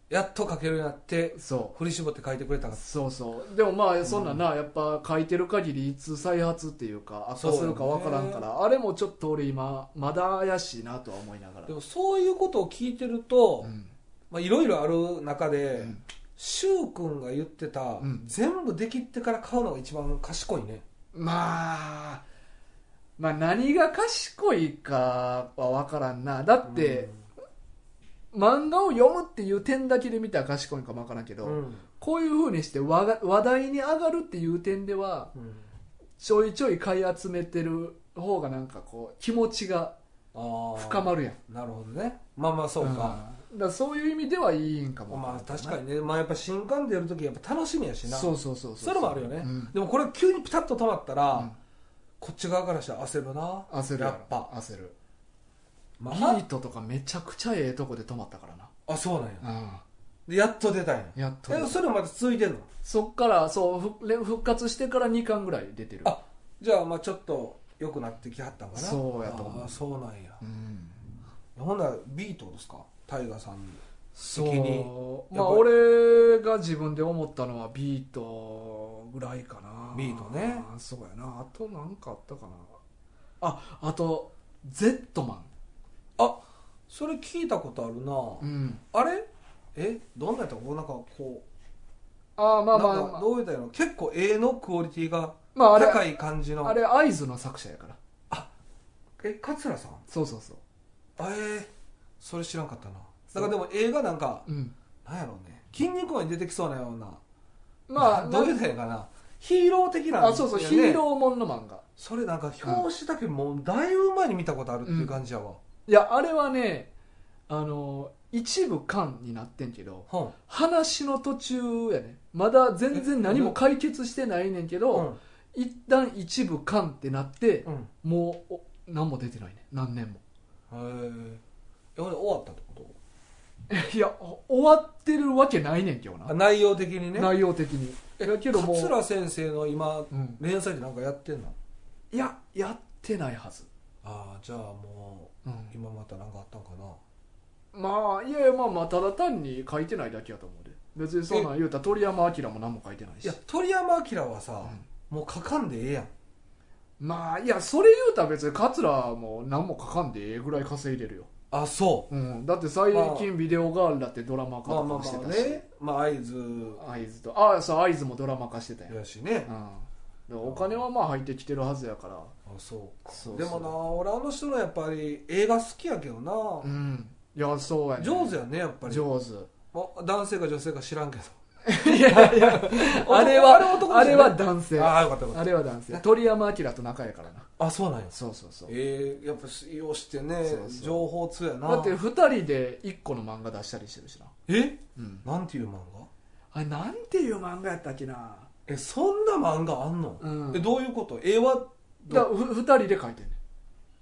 S2: やっと書けるようになって
S1: そ
S2: 振り絞って書いてくれた
S1: う
S2: か
S1: そうそうでもまあそんなな、やっぱ書いてる限りいつ再発っていうか悪化するかわからんから、あれもちょっと俺今まだ怪しいなとは思いながら
S2: でもそういうことを聞いてると、
S1: うん
S2: まあ、いろいろある中
S1: う
S2: で、
S1: ん
S2: しゅうくんが言ってた、
S1: ん
S2: 全部できてから買うのが一番賢いね
S1: まあまあ何が賢いかはわからんなだって、漫画を読むっていう点だけで見たら賢いかもわからんけど、
S2: うん、うん
S1: こういうふうにして話が話題に上がるっていう点では
S2: うん
S1: ちょいちょい買い集めてる方がなんかこう気持ちが
S2: あー
S1: 深まるやん
S2: なるほどねまあまあそうか、、
S1: うんだらそういう意味ではいいんかも
S2: まあ確か
S1: に
S2: にね、まあ、やっぱ新刊出る時やっぱ楽しみやしな
S1: そうそうそうう
S2: それもあるよね、
S1: うん
S2: でもこれ急にピタッと止まったら、
S1: うん
S2: こっち側からしたら焦るな
S1: 焦る
S2: やっぱ
S1: 焦るビ
S2: まあ
S1: ートとかめちゃくちゃええとこで止まったからな、
S2: あそうなんや
S1: う
S2: でやっと出たんや
S1: ん、やっと
S2: えそれまた続いてんの
S1: そっからそうふ連復活してから2巻ぐらい出てる
S2: あじゃあまあちょっと良くなってきはったんかな
S1: そうやと思う
S2: あーそうなんや
S1: うん
S2: ほんならビートですかタイガーさんに
S1: そう
S2: 的に
S1: まあ
S2: やっぱ
S1: 俺が自分で思ったのはビートぐらいかな
S2: ビートね
S1: そうやなあと何かあったかなああと「Z マ
S2: あそれ聞いたことある
S1: ン」う
S2: なんあれえどんなやったこうなんかこう
S1: ああまあまあ
S2: なんかどういったらいいの結構絵のクオリティが
S1: まああれ
S2: 高い感じの
S1: あれ合図の作者やから
S2: え桂さん
S1: そうそうそう
S2: あえーそれ知らんかったなだからでも映画なんか
S1: うん
S2: なんやろうね筋肉マンに出てきそうなような
S1: まあ
S2: などうい
S1: な
S2: うたらいいかなヒーロー的な
S1: あそうそうヒー
S2: ー
S1: ローもんの漫画
S2: それなんか表紙だけもうだいぶ前に見たことあるっていう感じやわ、
S1: いやあれはねあの一部巻になってんけど
S2: ほん
S1: 話の途中やねまだ全然何も解決してないねんけど、一旦一部完ってなって、
S2: うんうん
S1: もうお何も出てないね何年も
S2: へえ終わったってこ
S1: いやお終わってるわけないねんけど
S2: とあ
S1: な、
S2: 内容的にね
S1: 内容的に
S2: え
S1: だけどもう
S2: 桂先生の今
S1: うん、
S2: 連載でなんかやってんの
S1: いややってないはず、
S2: ああじゃあもう
S1: うん
S2: 今またなんかあったんかな
S1: まあいやいやまあまあただ単に書いてないだけやと思うで別にそんなん言うたら鳥山明も何も書いてない
S2: い
S1: し
S2: や鳥山明はさ、もう書かんでええやん
S1: まあいやそれ言うたら別に桂も何も書かんでええぐらい稼いでるよ、
S2: あそ
S1: うん、だって最近ビデオガールだってドラマ
S2: うまあ
S1: 化
S2: ま
S1: と
S2: あ
S1: か
S2: ま
S1: して
S2: あ
S1: たし、
S2: ねまあ合図
S1: 合図とああそう合図もドラマ化してたやん
S2: やしね
S1: うん、お金はまあ入ってきてるはずやから
S2: あそうか
S1: そうそう
S2: でもな俺あの人のやっぱり映画好きやけどな、
S1: うんいやそうやね
S2: 上手やねやっぱり
S1: 上
S2: まあ男性か女性か知らんけど
S1: 手いやいや あれは
S2: あれ男
S1: あ
S2: の人
S1: れ
S2: ね
S1: は男性
S2: あ
S1: あ
S2: あよかったよかっ
S1: れは男性鳥山明と仲やからな
S2: たあそうなんや
S1: そうそうそう
S2: えー、やっぱ使用してね
S1: そうそう
S2: 情報通やな
S1: だって2人で1個の漫画出したりしてるしな
S2: え
S1: うん
S2: なんていう漫画
S1: あれなんていう漫画やったっけな
S2: えそんな漫画あんの、
S1: うん
S2: えどういうこと絵は
S1: だからふ2人で書いてんね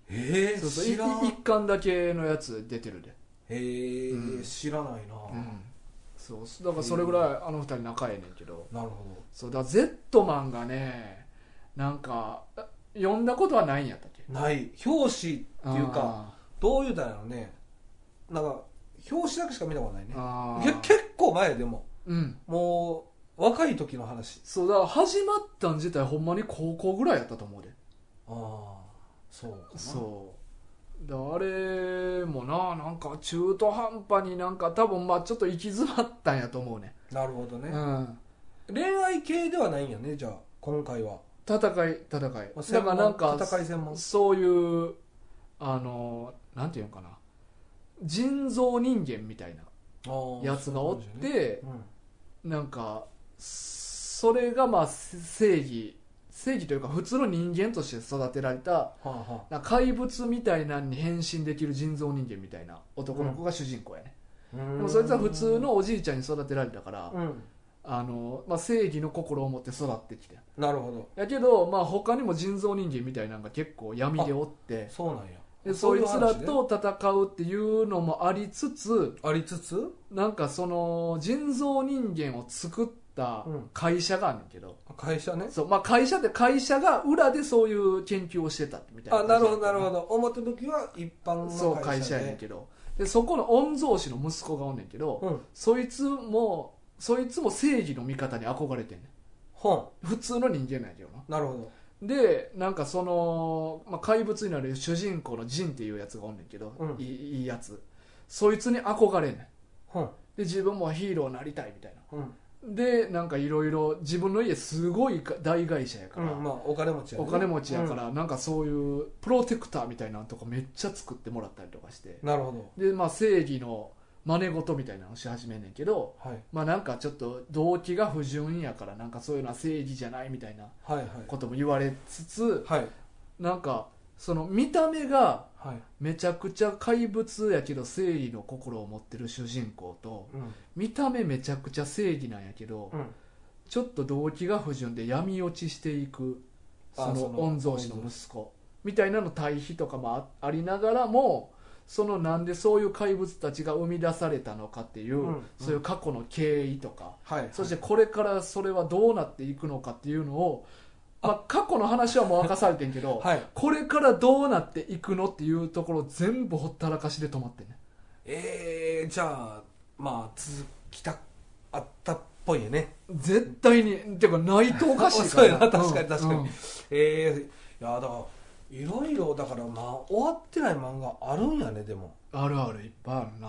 S2: えー、
S1: そうそう
S2: 知らん
S1: 1巻だけのやつ出てるで
S2: えー
S1: うん
S2: 知らないな、
S1: うんそうだからそれぐらいあの2人仲ええねんけど
S2: なるほ
S1: そうだ Z マンがねなんかあ読んだことはないんやったっけ
S2: どない表紙っていうかどういうだろうねなんか表紙だけしか見たことないね
S1: あー
S2: け結構前でも
S1: うん
S2: もう若い時の話
S1: そうだから始まったん自体ほんまに高校ぐらいやったと思うで
S2: ああそうかな
S1: そうだあれもななんか中途半端になんか多分まあちょっと行き詰まったんやと思うね
S2: なるほどね
S1: う、ん
S2: 恋愛系ではないんやねじゃあ今回は
S1: 戦い戦い
S2: まあ
S1: だか
S2: 専門
S1: らなんか
S2: 戦い専門
S1: そういうあのなんていうのかな人造人間みたいなやつがおって、
S2: うん
S1: なんかそれがまあせ正義正義というか普通の人間として育てられた
S2: はあは
S1: なんか怪物みたいなんに変身できる人造人間みたいな男の子が主人公やね、
S2: あ
S1: でもそいつは普通のおじいちゃんに育てられたから、
S2: うん
S1: あのまあ、正義の心を持って育ってきて
S2: なるほど
S1: やけど、まあ、他にも人造人間みたいなのが結構闇でおって
S2: そうなんや
S1: でそいつら
S2: そういう話
S1: と戦うっていうのもありつつ
S2: ねありつつ
S1: なんかその人造人間を作った会社があんねんけど、
S2: 会社ね
S1: そうまあ、会社で会社が裏でそういう研究をしてたみたいな
S2: あなるほどなる
S1: ど
S2: ほど表向きは一般の会社
S1: そう会社やねんけどでそこの御曹司の息子がおんねんけど、
S2: うん
S1: そいつもそいつも正義の味方に憧れてんね
S2: 本
S1: ん普通の人間なんやけどな
S2: なるほ
S1: でなんかその、まあ、怪物になる主人公のジンっていうやつがおんねんけど、
S2: うん
S1: いいいいやつそいつに憧れんねんで
S2: ど
S1: 自分もヒーローになりたいみたいな
S2: 本うん
S1: でなんかいろいろ自分の家すごい大会社やから、
S2: うんまあお金持ちやね
S1: お金持ちやから、なんかそういうプロテクターみたいなのとかめっちゃ作ってもらったりとかして
S2: うんなるほど
S1: でまあ正義の真似事みたいなのをし始めんねんけど
S2: はい
S1: まあなんかちょっと動機が不純やからなんかそういうのは正義じゃないみたいな
S2: はいはい
S1: ことも言われつつ
S2: はい
S1: なんかその見た目が
S2: はい
S1: めちゃくちゃ怪物やけど正義の心を持ってる主人公と
S2: うん
S1: 見た目めちゃくちゃ正義なんやけど
S2: うん
S1: ちょっと動機が不純で闇落ちしていくそ
S2: あ
S1: の
S2: その
S1: 御曹司の息子みたいなの対比とかもあありながらもそのなんでそういう怪物たちが生み出されたのかっていう、
S2: うんうん
S1: そういう過去の経緯とか、
S2: はい
S1: そしてこれからそれはどうなっていくのかっていうのを、まあ、過去の話はもう明かされてんけど、
S2: はい
S1: これからどうなっていくのっていうところ全部ほったらかしで止まってんね
S2: えーじゃあまあ続きたあったっぽいよね
S1: 絶対にっていうかないとおかしい
S2: そうや
S1: か
S2: な
S1: ら
S2: 確かに確かに、
S1: うんうん
S2: えー、いやだからいろいろだから、まあ、終わってない漫画あるんやねでも
S1: あるあるいっぱいあるな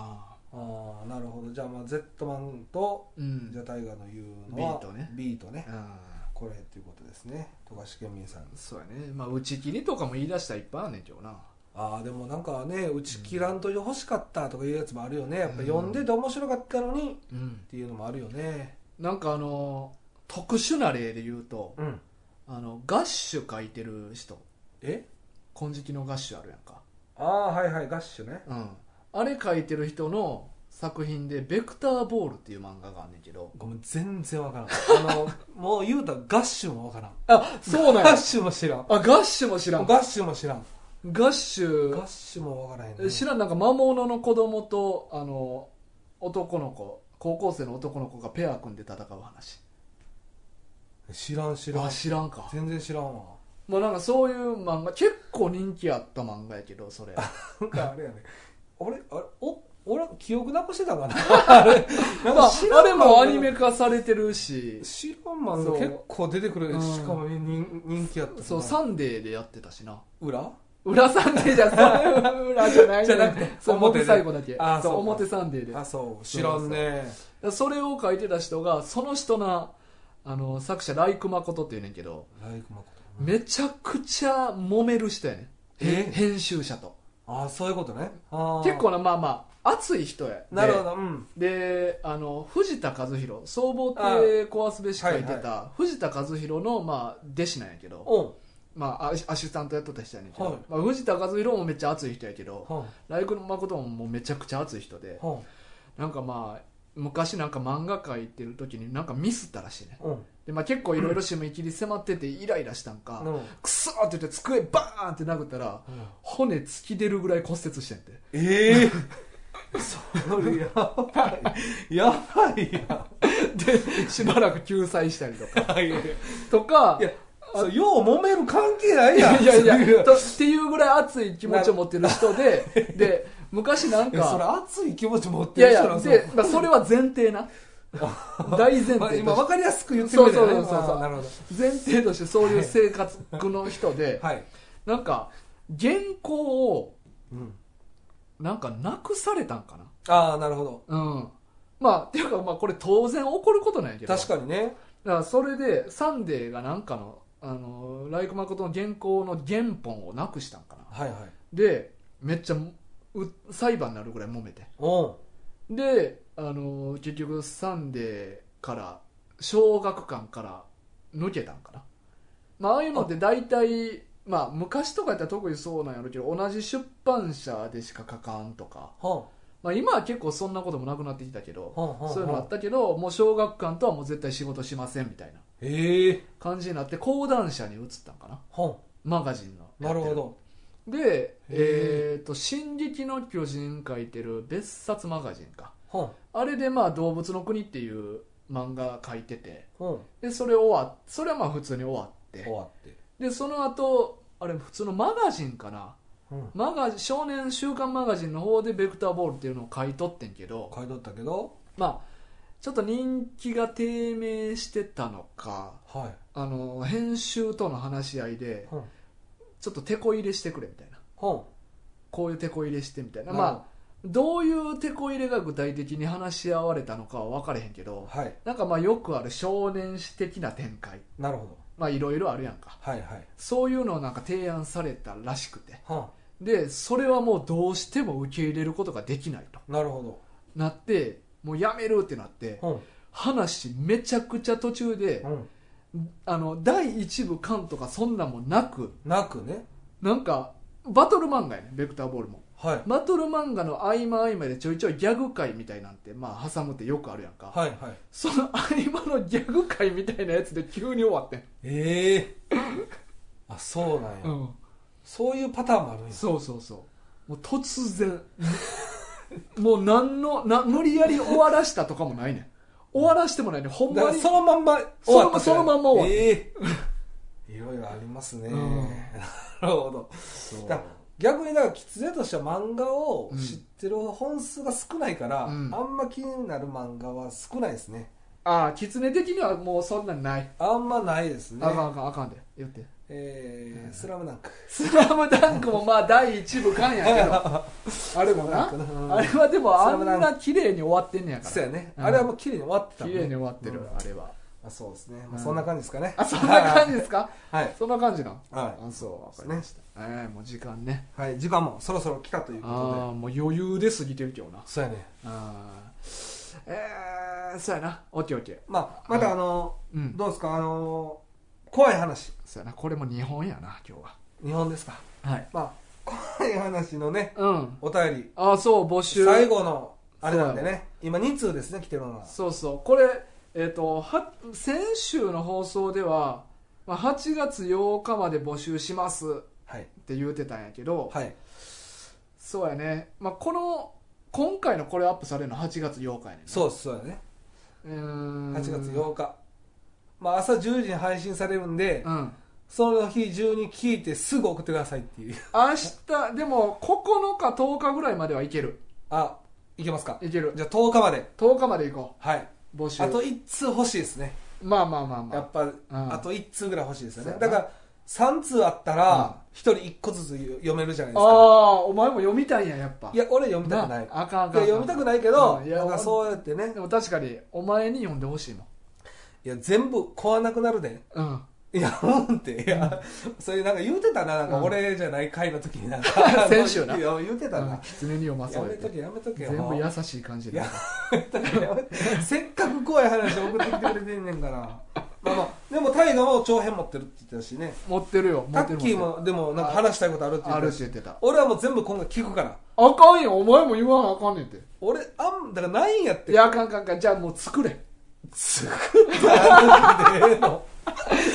S2: ああなるほどじゃあまあ Z マンと
S1: うん
S2: じゃあ大河の言うのは
S1: ビートね
S2: ビートね
S1: うん
S2: これっていうことですね富樫県民さん
S1: そうやねまあ打ち切りとかも言い出したらいっぱいあんねんけどな
S2: ああでもなんかね打ち切らんと欲しかったとかいうやつもあるよねやっぱ読んでて面白かったのにっ
S1: うん
S2: ていうのもあるよね
S1: なんかあの特殊な例で言うと
S2: うん
S1: あのガッシュ書いてる人
S2: え
S1: 金色のガッシュあるやんか
S2: ああはいはいガッシュね
S1: うんあれ書いてる人の作品で「ベクターボール」っていう漫画があんねんけど
S2: ごめん全然わ からんあのもう言うたらガッシュもわからん
S1: あそうなん
S2: ガッ
S1: や
S2: シュも知らん
S1: あガッシュも知らんガ
S2: ガッシュも知らん
S1: ッシ
S2: ガ
S1: ュ
S2: ッシュもわからへん
S1: え知らんなんか魔物の子供とあの男の子高校生の男の子がペア組んで戦う話
S2: 知らん知らん
S1: あ知らんか
S2: 全然知らんわ
S1: まあなんかそういう漫画結構人気あった漫画やけどそれ
S2: なんかあれやね俺あれお俺記憶なくしてたかな あれなん
S1: まあ
S2: か
S1: あれもアニ
S2: 漫
S1: メ化されてるし
S2: 画知らん漫
S1: そ
S2: 画
S1: う
S2: 結構出てくる
S1: うん
S2: しかも人人気やった
S1: そう「サンデー」でやってたしな
S2: 裏
S1: 裏サンデーじゃそれ裏じゃない
S2: じ
S1: ね
S2: ゃなくて
S1: そう
S2: 表
S1: 表
S2: で
S1: 最後だけそ
S2: あ
S1: う
S2: そうか
S1: 表サンデーでだ
S2: あそう知らんね
S1: からそれを書いてた人がその人なあの作者ライクマコトっていうねんけど
S2: ライクマコト
S1: めちゃくちゃ揉める人やねん
S2: え
S1: 編集者と
S2: あそういうことねあー
S1: 結構なまあまあ熱い人やで
S2: なるほどうん
S1: であの藤田和弘総合亭壊すべし書いてた、藤田和弘の、まあ、弟子なんやけど、
S2: おん
S1: まあ、アシアシスタントやっとった人やねんけど、
S2: はい
S1: まあ、藤田和弘もめっちゃ熱い人やけど
S2: はん
S1: ライクの誠ももうめちゃくちゃ熱い人で
S2: はん
S1: なんかまあ昔なんか漫画描いてる時になんかミスったらしいね
S2: うん
S1: で、まあ、結構いろいろ締め切り迫っててイライラしたんか、
S2: うん
S1: クソーって言って机バーンって殴ったら骨突き出るぐらい骨折してんて
S2: ええ それやば いやばいや
S1: でしばらく救済したりとか
S2: ばいや
S1: とか
S2: いや、そうよう揉める関係ないやん。
S1: いやいや
S2: そう
S1: いうや、とっていうぐらい熱い気持ちを持ってる人 で、で、昔なん
S2: いやそれ
S1: か、
S2: 熱い気持ち持っ
S1: い
S2: て
S1: やい
S2: る人な
S1: や、
S2: んで
S1: で、まあ、それは前提 な。大前提と
S2: まあ
S1: して
S2: 今分かりやすく言ってくれたよね。
S1: そうそうそうそう
S2: あーなるほど。
S1: 前提としてそういう生活の人で、
S2: はい。
S1: なんか、原稿を、
S2: うん、
S1: なんか、なくされたんか
S2: ああ、なるほど。
S1: な。うん。まあ、っていうか、まあ、これ当然起こることなんやけど。
S2: 確かにね。
S1: だからそれで、サンデーがなんかの、あのライク誠の原稿の原本をなくしたんかな
S2: はいはい
S1: でめっちゃう裁判になるぐらい揉めて
S2: おう
S1: であの結局サンデーから小学館から抜けたんかな、まあああいうのって大体まあ昔とかやったら特にそうなんやろうけど同じ出版社でしか書かんとか、
S2: ほ
S1: まあ、今は結構そんなこともなくなってきたけ
S2: う
S1: ど
S2: ほうほう
S1: そういうのあ
S2: ほ
S1: っ
S2: う
S1: たけどもう小学館とはもう絶対仕事しませんみたいな
S2: ええ
S1: 感じになって講談社に移ったんかな
S2: ほ
S1: マガジンの
S2: うなるほど
S1: でえ
S2: へー
S1: っ、と「進撃の巨人」書いてる別冊マガジンか
S2: ほう
S1: あれでまあ動物の国っていう漫画書いてて
S2: ほ
S1: でそれ終わそれはまあ普通に終わっ
S2: う
S1: て
S2: 終わって
S1: でその後あれ普通のマガジンかな
S2: うん
S1: マガ少年週刊マガジンの方でベクターボールっていうのを買い取ってんけど
S2: 買い取ったけど
S1: まあちょっと人気が低迷してたのか
S2: は
S1: あの編集との話し合い
S2: い
S1: で
S2: ほう
S1: ちょっとテコ入れしてくれみたいな
S2: ほ
S1: こういうテコ入れしてみたいうなまあどういうテコ入れが具体的に話し合われたのかは分かれへんけど
S2: はい
S1: なんかまあよくある少年史的な展開
S2: なるほど
S1: まあいろいろあるやんか
S2: はいはい
S1: そういうのをなんか提案されたらしくて
S2: は
S1: でそれはもうどうしても受け入れることができないと
S2: あなるほど
S1: なってもうやめるってなって
S2: ほ
S1: 話めちゃくちゃ途中
S2: う
S1: で
S2: うん
S1: あの第一部巻とかそんなんもなく
S2: なくね
S1: なんかバトル漫画やねベクターボールも
S2: はい
S1: バトル漫画の合間合間でちょいちょいギャグ界みたいなんてまあ挟むってよくあるやんか、
S2: はいはい
S1: その合間のギャグ界みたいなやつで急に終わってん、
S2: え えあそうなんや、
S1: うん、
S2: そういうパターンもあるんや
S1: そうそうそうもう突然 もう何のな無理やり終わらしたとかもないねん終わらしてもないねんほん
S2: だか
S1: ま
S2: ら
S1: に
S2: そのまんま
S1: そのまんま終わった
S2: ええ いろいろありますね、
S1: うん
S2: なるほど
S1: そう
S2: だ逆にだから喫煙としては漫画を
S1: うん
S2: 知ってる本数が少ないから、
S1: うん
S2: あんま気になる漫画は少ないですね
S1: ああ狐的にはもうそんなんない、
S2: あんまないですね
S1: あかんあかんあかんで言って
S2: 「えースラムダンク
S1: 「スラムダンクもまあ第一部かんやけ ど あれもな
S2: スラムダンクなうん
S1: あれはでもあ
S2: スラム
S1: ん
S2: ダンク
S1: な綺麗に終わってんねやから
S2: そうやね、
S1: うん
S2: あれはもう綺麗に終わってたも
S1: 綺
S2: ん
S1: 麗に終わってる、
S2: うん
S1: あれは
S2: あそうですね、
S1: う
S2: まあ、
S1: ん
S2: そんな感じですかね、
S1: あそんな感じですか
S2: はい、
S1: そんな感じなの
S2: は
S1: あそうわかりました、ええもう時間ね
S2: いはい、時間もそろそろ来たということ
S1: ああもう余裕で過ぎてるけどな
S2: でそうやね
S1: あーえー、そうやなオッケーオッケー
S2: まあまたあの、
S1: うん
S2: どうですかあの怖い話
S1: そうやなこれも日本やな今日は
S2: 日本ですか
S1: はい
S2: まあ怖い話のね
S1: うん
S2: お便り
S1: ああそう募集
S2: 最後のあれなんでね今2通ですね来てるのが
S1: そうそうこれえっ、とは先週の放送では、まあ、8月8日まで募集しますっ
S2: はい
S1: て言うてたんやけど、
S2: はい
S1: そうやね、まあ、この今回のこれアップされるの8月8日やねんな
S2: そうですそうだね
S1: うーん
S2: 8月8日まあ朝10時に配信されるんで
S1: うん
S2: その日中に聞いてすぐ送ってくださいっていう
S1: 明日でも9日10日ぐらいまではいける
S2: あいけますか
S1: いける
S2: じゃあ10日まで
S1: 10日まで行こ
S2: はい、
S1: う募集
S2: あと1通欲しいですね
S1: まあまあまあま
S2: や
S1: あ
S2: っぱ、
S1: ん
S2: あと1通ぐらい欲しいですよね
S1: そうや
S2: だ
S1: な
S2: から3通あったら1人1個ずつ読めるじゃ
S1: あ
S2: ないですか
S1: あお前も読みたいんややっぱ
S2: いや俺読みたくない
S1: ああかんあ
S2: い
S1: か
S2: や
S1: ん
S2: 読みたく
S1: い
S2: ないけど、
S1: うんいや
S2: なんかそうやってね
S1: でも確かにお前に読んでほしいもん
S2: いや全部買わなくなるで
S1: うん
S2: いやうんっていやそれなんか言うてたななんか
S1: うん
S2: 俺じゃない回の時にな んか
S1: 先週 ない
S2: や言うてたな、
S1: 狐に読まそ
S2: や
S1: うや
S2: め
S1: っ
S2: と
S1: て
S2: けやめとけ
S1: 全
S2: も
S1: 部
S2: う
S1: 優しい感じで
S2: いややめとけせっかく怖い話送ってきてくれてんねんからまあまあでも大河も長編持ってるって言ってたしね
S1: 持ってるよ持
S2: タ
S1: って
S2: ッ
S1: る
S2: キー
S1: 持って
S2: もでもなんか話したいことあるっ
S1: る
S2: て言っ
S1: あ
S2: て
S1: るし
S2: たし
S1: 言ってた
S2: 俺はもう全部今回聞くから
S1: あかんよお前も言わなあかんねんて
S2: 俺あんだからないんやって
S1: いやあかんあかんあかんじゃあもう作れ
S2: 作った時でええの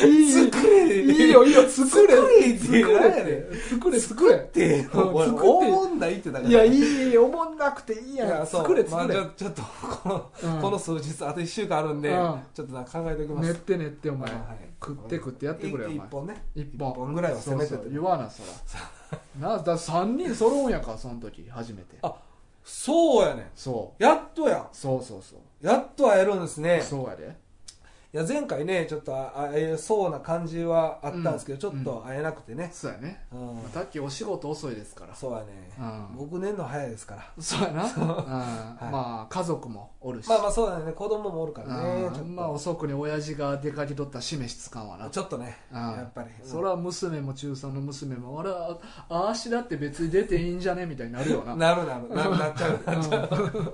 S1: いい
S2: 作れ
S1: いいよいいよ作れ
S2: 作れって
S1: 作れ
S2: なんやねん
S1: 作れ作れ
S2: っていうの
S1: うん
S2: 俺
S1: 作って
S2: 思んないってだから
S1: いやいいおもんなくていい
S2: い
S1: やん
S2: そう
S1: 作れ
S2: まあ
S1: 作
S2: じ
S1: れ
S2: ゃあちょっとこの,、
S1: うん
S2: この数日あと1週間あるんで、
S1: うん
S2: ちょっとなんか考えておきます、
S1: 練って練ってお
S2: お
S1: 前食って食ってやってくれよお前
S2: 1本ね
S1: 一本
S2: 一本ぐらいは
S1: そ
S2: 攻
S1: う
S2: めて
S1: そ
S2: て
S1: う言わなそらなだから3人揃うんやからその時初めて
S2: あそうやねん
S1: そ
S2: やっとや
S1: うそうそうそう
S2: やっと会えるんですね
S1: そうやで
S2: いや前回ねちょっとあ会えそうな感じはあったんですけど、
S1: うん
S2: ちょっと会えなくてね、
S1: そうやね、
S2: うん
S1: まあ、タッキーお仕事遅いですから
S2: そうやね、
S1: うん
S2: 僕年の早いですから
S1: そうやな、うん
S2: い
S1: まあ家族もおるし、
S2: まあまあそうだね子供もおるからね、
S1: うん
S2: ちょっと、
S1: まあ遅くに親父が出かけとった示しつかんわな
S2: ちょっとね、
S1: うん
S2: やっぱり、
S1: それは娘も中3の娘もあれああーしだって別に出ていいんじゃねみたいになるよな
S2: なるなるななっちゃうなっちゃう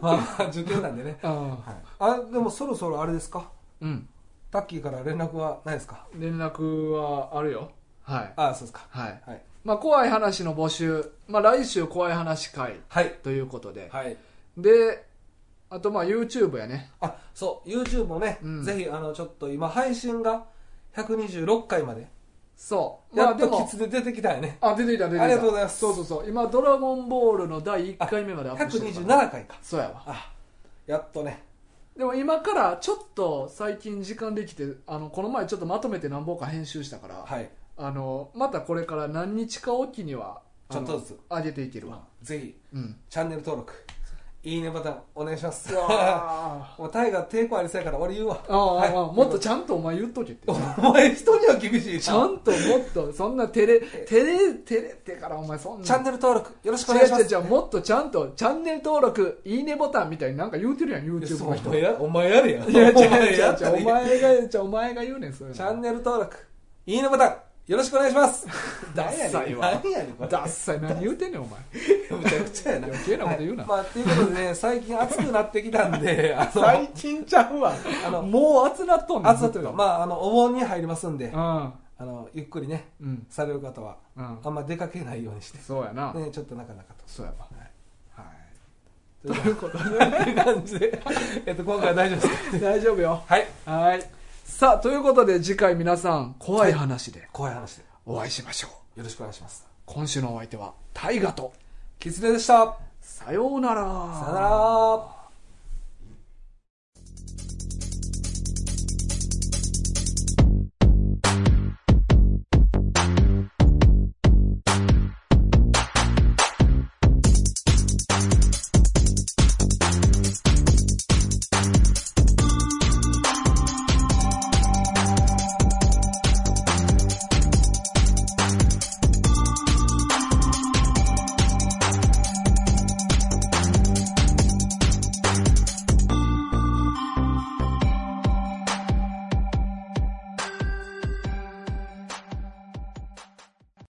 S2: まあまあ受験なんでね、
S1: うん
S2: はい、あでもそろそろあれですか
S1: うん
S2: タッキーから連絡はないですか
S1: 連絡はあるよはい
S2: ああそうですか
S1: はい
S2: はい
S1: まあ怖い話の募集、まあ、来週怖い話会
S2: はい、
S1: ということで、
S2: はい、
S1: であとまあ YouTube やね
S2: あそう YouTube もね、
S1: うん
S2: ぜひあのちょっと今配信が126回まで
S1: そうま
S2: や
S1: あ
S2: っ
S1: で
S2: と
S1: も
S2: キツで出てきたよね
S1: あ出てきた出てきた
S2: ありがとうございます
S1: そうそうそう今「ドラゴンボール」の第1回目までアップしてるから
S2: 127回か
S1: そうやわ
S2: あやっとね
S1: でも今からちょっと最近時間できてあのこの前ちょっとまとめて何本か編集したから、
S2: はい
S1: あのまたこれから何日かおきにはあの
S2: ちょっとずつ
S1: 上げていけるわ
S2: ぜひ
S1: うん
S2: チャンネル登録いいねボタンお願いします
S1: あ
S2: もうタイガー抵抗ありそうやから俺言うわ
S1: あ、ああ
S2: はい
S1: もっとちゃんとお前言っとけって
S2: お前人には厳しい
S1: ちゃんともっとそんな照れ照れ照れてからお前そんな
S2: チャンネル登録よろしく
S1: 違
S2: お願いうしま
S1: 違う
S2: す
S1: 違うもっとちゃんとチャンネル登録いいねボタンみたいになんか言うてるやん YouTube の人
S2: いやそうお前やお前やれや
S1: い や違う
S2: お前
S1: 違
S2: や
S1: う
S2: っ
S1: 違
S2: たら
S1: う
S2: い
S1: お
S2: い
S1: 前がじゃあお前が言うねんそれ
S2: チャンネル登録いいねボタンよろしくお願いします
S1: ダッサいわ
S2: 何やねんこれ
S1: ダッサい何言うてんねんお前
S2: むちゃくちゃやな
S1: 余計なこと言うな
S2: はいまあということでね最近暑くなってきたんであの
S1: 最近ちゃうわ
S2: あの
S1: もう暑なっとんねん
S2: 暑さというかまああのお盆に入りますんであのゆっくりね
S1: うんうん
S2: される方は
S1: うん
S2: あんま出かけないようにして
S1: そうやな
S2: ねちょっとなかなかと
S1: そうやわ
S2: ということで感じで えっと今回は大丈夫ですか
S1: 大丈夫よ
S2: はい
S1: はいさあということで次回皆さん怖い話で
S2: 怖い話で
S1: お会いしましょう
S2: よろしくお願いします
S1: 今週のお相手は大ガと
S2: キツネでした
S1: さようなら
S2: さよなら